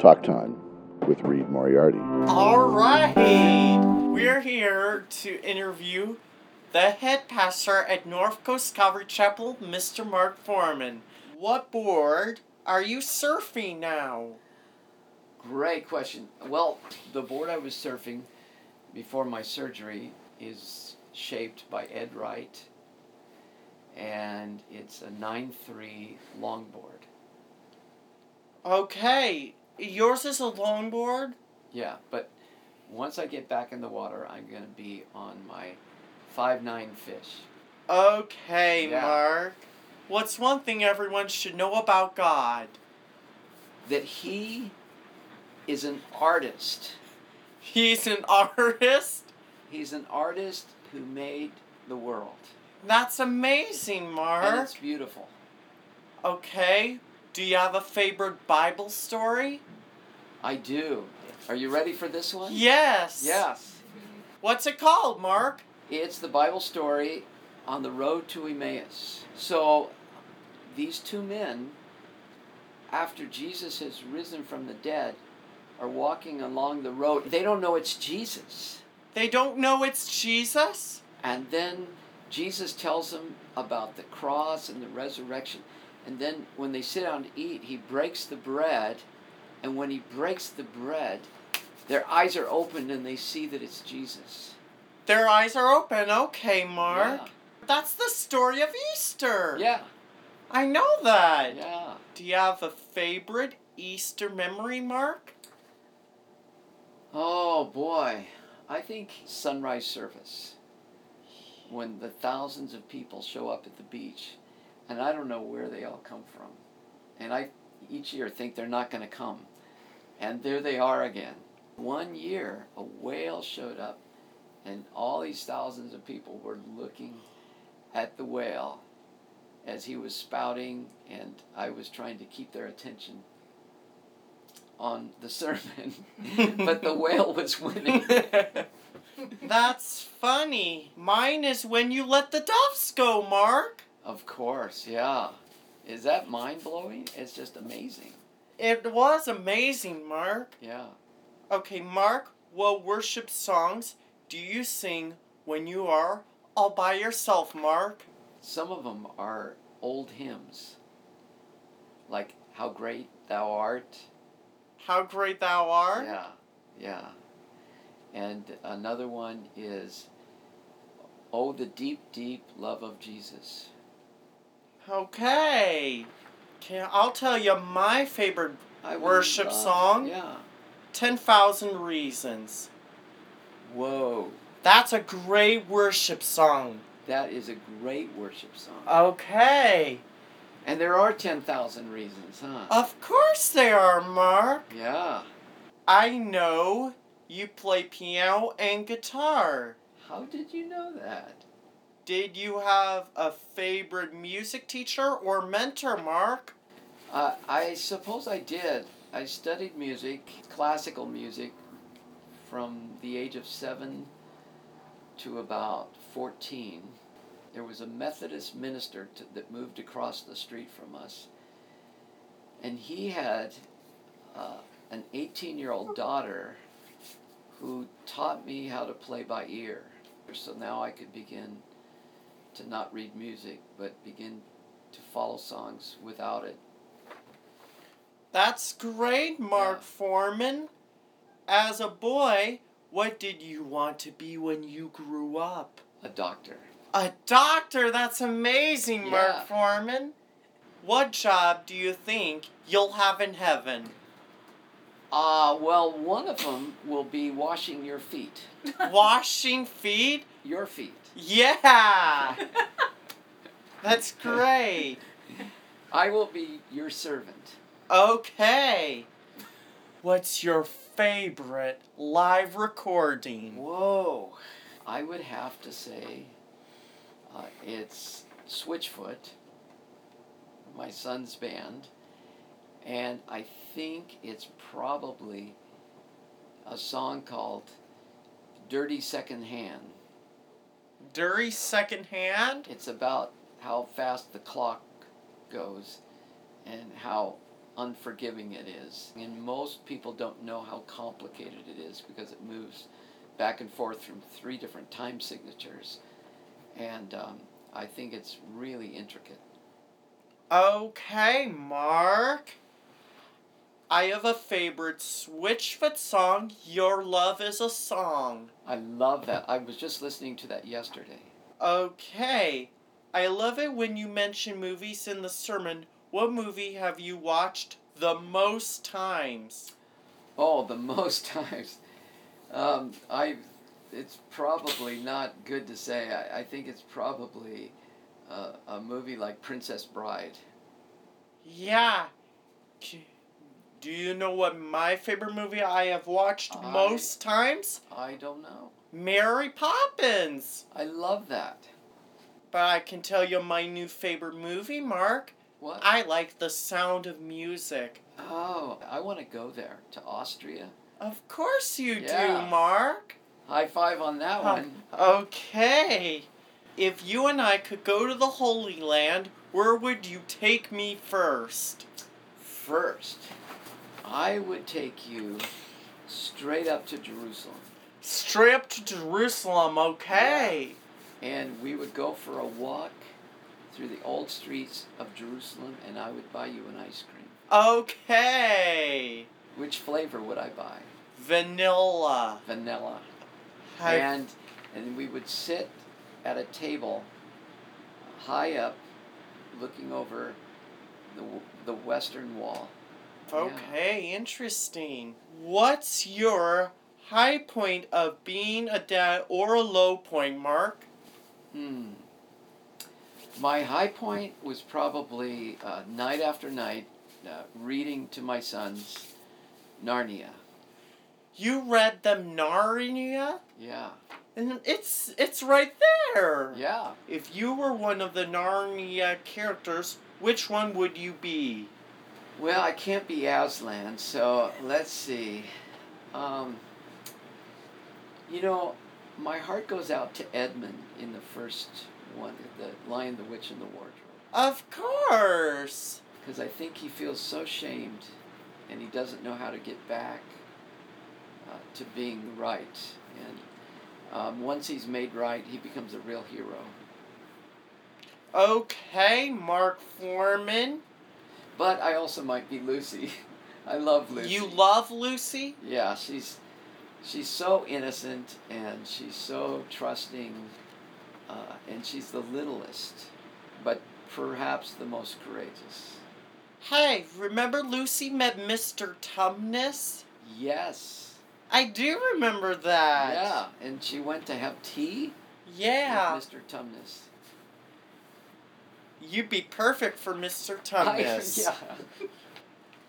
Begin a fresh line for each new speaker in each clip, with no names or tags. Talk Time with Reed Moriarty.
All right, we're here to interview the head pastor at North Coast Calvary Chapel, Mr. Mark Foreman. What board are you surfing now?
Great question. Well, the board I was surfing before my surgery is shaped by Ed Wright, and it's a 9 3 longboard.
Okay, yours is a longboard.
Yeah, but once I get back in the water, I'm going to be on my 5 9 fish.
Okay,
Yeah.
Mark. What's one thing everyone should know about God?
That he is an artist.
He's an artist?
He's an artist who made the world.
That's amazing,
And
Mark.
it's beautiful.
Okay, do you have a favorite Bible story?
I do. Are you ready for this one?
Yes.
Yes.
What's it called, Mark?
It's the Bible story on the road to Emmaus. So these two men, after Jesus has risen from the dead, are walking along the road. They don't know it's Jesus.
They don't know it's Jesus?
And then Jesus tells them about the cross and the resurrection. And then when they sit down to eat, he breaks the bread. And when he breaks the bread, their eyes are opened and they see that it's Jesus.
Their eyes are open. Okay, Mark.
Yeah.
That's the story of Easter.
Yeah.
I know that.
Yeah.
Do you have a favorite Easter memory, Mark?
Oh boy, I think sunrise service. When the thousands of people show up at the beach, and I don't know where they all come from, and I each year think they're not going to come, and there they are again. One year, a whale showed up, and all these thousands of people were looking at the whale as he was spouting, and I was trying to keep their attention on the sermon, but the whale was winning.
That's funny. Mine is when you let the doves go, Mark.
Of course, yeah. Is that mind blowing? It's just amazing.
It was amazing, Mark.
Yeah.
Okay, Mark, what worship songs do you sing when you are all by yourself, Mark?
Some of them are old hymns, like How Great Thou Art.
How great thou art.
Yeah, yeah. And another one is Oh, the Deep, Deep Love of Jesus.
Okay. Can, I'll tell you my favorite
I would
Worship
love-
song?
Yeah.
10,000 Reasons.
Whoa,
That's a great worship song.
that is a great worship song.
Uh, Okay.
and there are 10,000 reasons, huh?
Of course they are, Mark.
yeah.
I know you play piano and guitar.
How did you know that?
Did you have a favorite music teacher or mentor, Mark?
Uh, I suppose I did. I studied music, classical music, from the age of seven to about 14. There was a Methodist minister to, that moved across the street from us, and he had uh, an 18 year old daughter who taught me how to play by ear. So now I could begin to not read music, but begin to follow songs without it.
That's great, Mark
Yeah.
Foreman. As a boy, what did you want to be when you grew up?
a doctor.
A doctor? That's amazing,
Yeah.
Mark Foreman. What job do you think you'll have in heaven?
Uh, well, one of them will be washing your feet.
Washing feet?
Your feet.
Yeah! That's great.
I will be your servant.
Okay. What's your favorite live recording?
Whoa. I would have to say uh, it's Switchfoot, my son's band, and I think it's probably a song called Dirty Second Hand.
Dirty Secondhand?
It's about how fast the clock goes and how unforgiving it is. And most people don't know how complicated it is because it moves back and forth from three different time signatures. And um, I think it's really intricate.
Okay, Mark. I have a favorite Switchfoot song, Your Love is a Song.
I love that. I was just listening to that yesterday.
Okay. I love it when you mention movies in the sermon. What movie have you watched the most times?
Oh, the most times. Um, I, it's probably not good to say. I, I think it's probably uh, a movie like Princess Bride.
Yeah. K- Do you know what my favorite movie I have watched
I-
most times?
I don't know.
Mary Poppins.
I love that.
But I can tell you my new favorite movie, Mark.
What?
I like the sound of music.
oh, I want to go there to Austria.
Of course you
Yeah.
do, Mark.
High five on that
Huh.
one.
Okay. If you and I could go to the Holy Land, where would you take me first?
First, I would take you straight up to Jerusalem.
Straight up to Jerusalem, okay.
and we would go for a walk through the old streets of Jerusalem, and I would buy you an ice cream.
Okay.
Which flavor would I buy?
Vanilla.
Vanilla.
I-
And and we would sit at a table high up, looking over the w- the western wall.
okay, interesting. What's your high point of being a dad or a low point, Mark?
Hmm. My high point was probably uh, night after night uh, reading to my sons Narnia.
You read them Narnia?
Yeah.
And it's it's right there.
Yeah.
If you were one of the Narnia characters, which one would you be?
Well, I can't be Aslan, so let's see. Um, you know, my heart goes out to Edmund in the first one, the Lion, the Witch, and the Wardrobe,
Of course.
because I think he feels so shamed, and he doesn't know how to get back uh, to being right. And um, once he's made right, he becomes a real hero.
Okay, Mark Foreman.
But I also might be Lucy. I love Lucy.
You love Lucy?
Yeah, she's she's so innocent and she's so trusting, uh, and she's the littlest, but perhaps the most courageous.
Hey, remember Lucy met Mr. Tumnus?
Yes.
I do remember that.
Yeah, and she went to have tea
Yeah.
with Mr. Tumnus.
You'd be perfect for Mr.
I-
Tumnus.
yeah.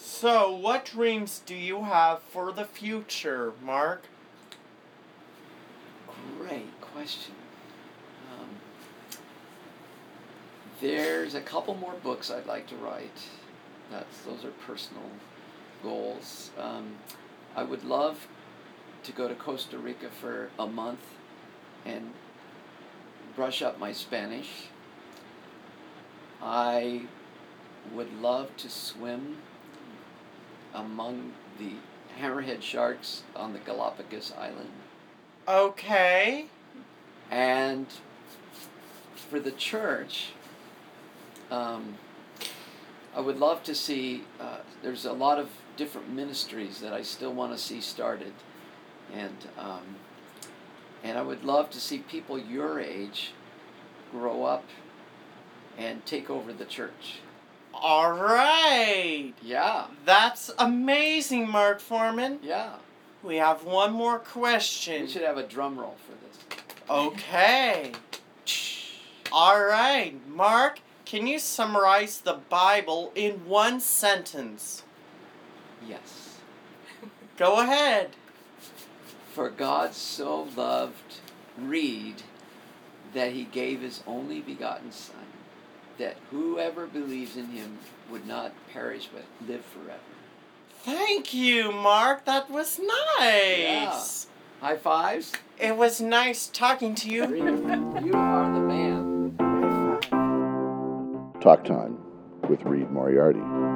So, what dreams do you have for the future, Mark?
Great question. Um, there's a couple more books I'd like to write. That's those are personal goals. Um, I would love to go to Costa Rica for a month and brush up my Spanish. I would love to swim among the hammerhead sharks on the Galapagos Island.
Okay.
And for the church, um, I would love to see, uh, there's a lot of different ministries that I still want to see started. And, um, and I would love to see people your age grow up and take over the church.
All right.
Yeah,
That's amazing, Mark Foreman.
yeah.
We have one more
We
question.
should have a drum roll for this.
Okay. All right, Mark, can you summarize the Bible in one sentence?
Yes.
Go ahead.
For God so loved, read, that he gave his only begotten Son, that whoever believes in him would not perish but live forever.
Thank you, Mark. That was nice.
High fives?
It was nice talking to you.
You are the man.
Talk Time with Reed Moriarty.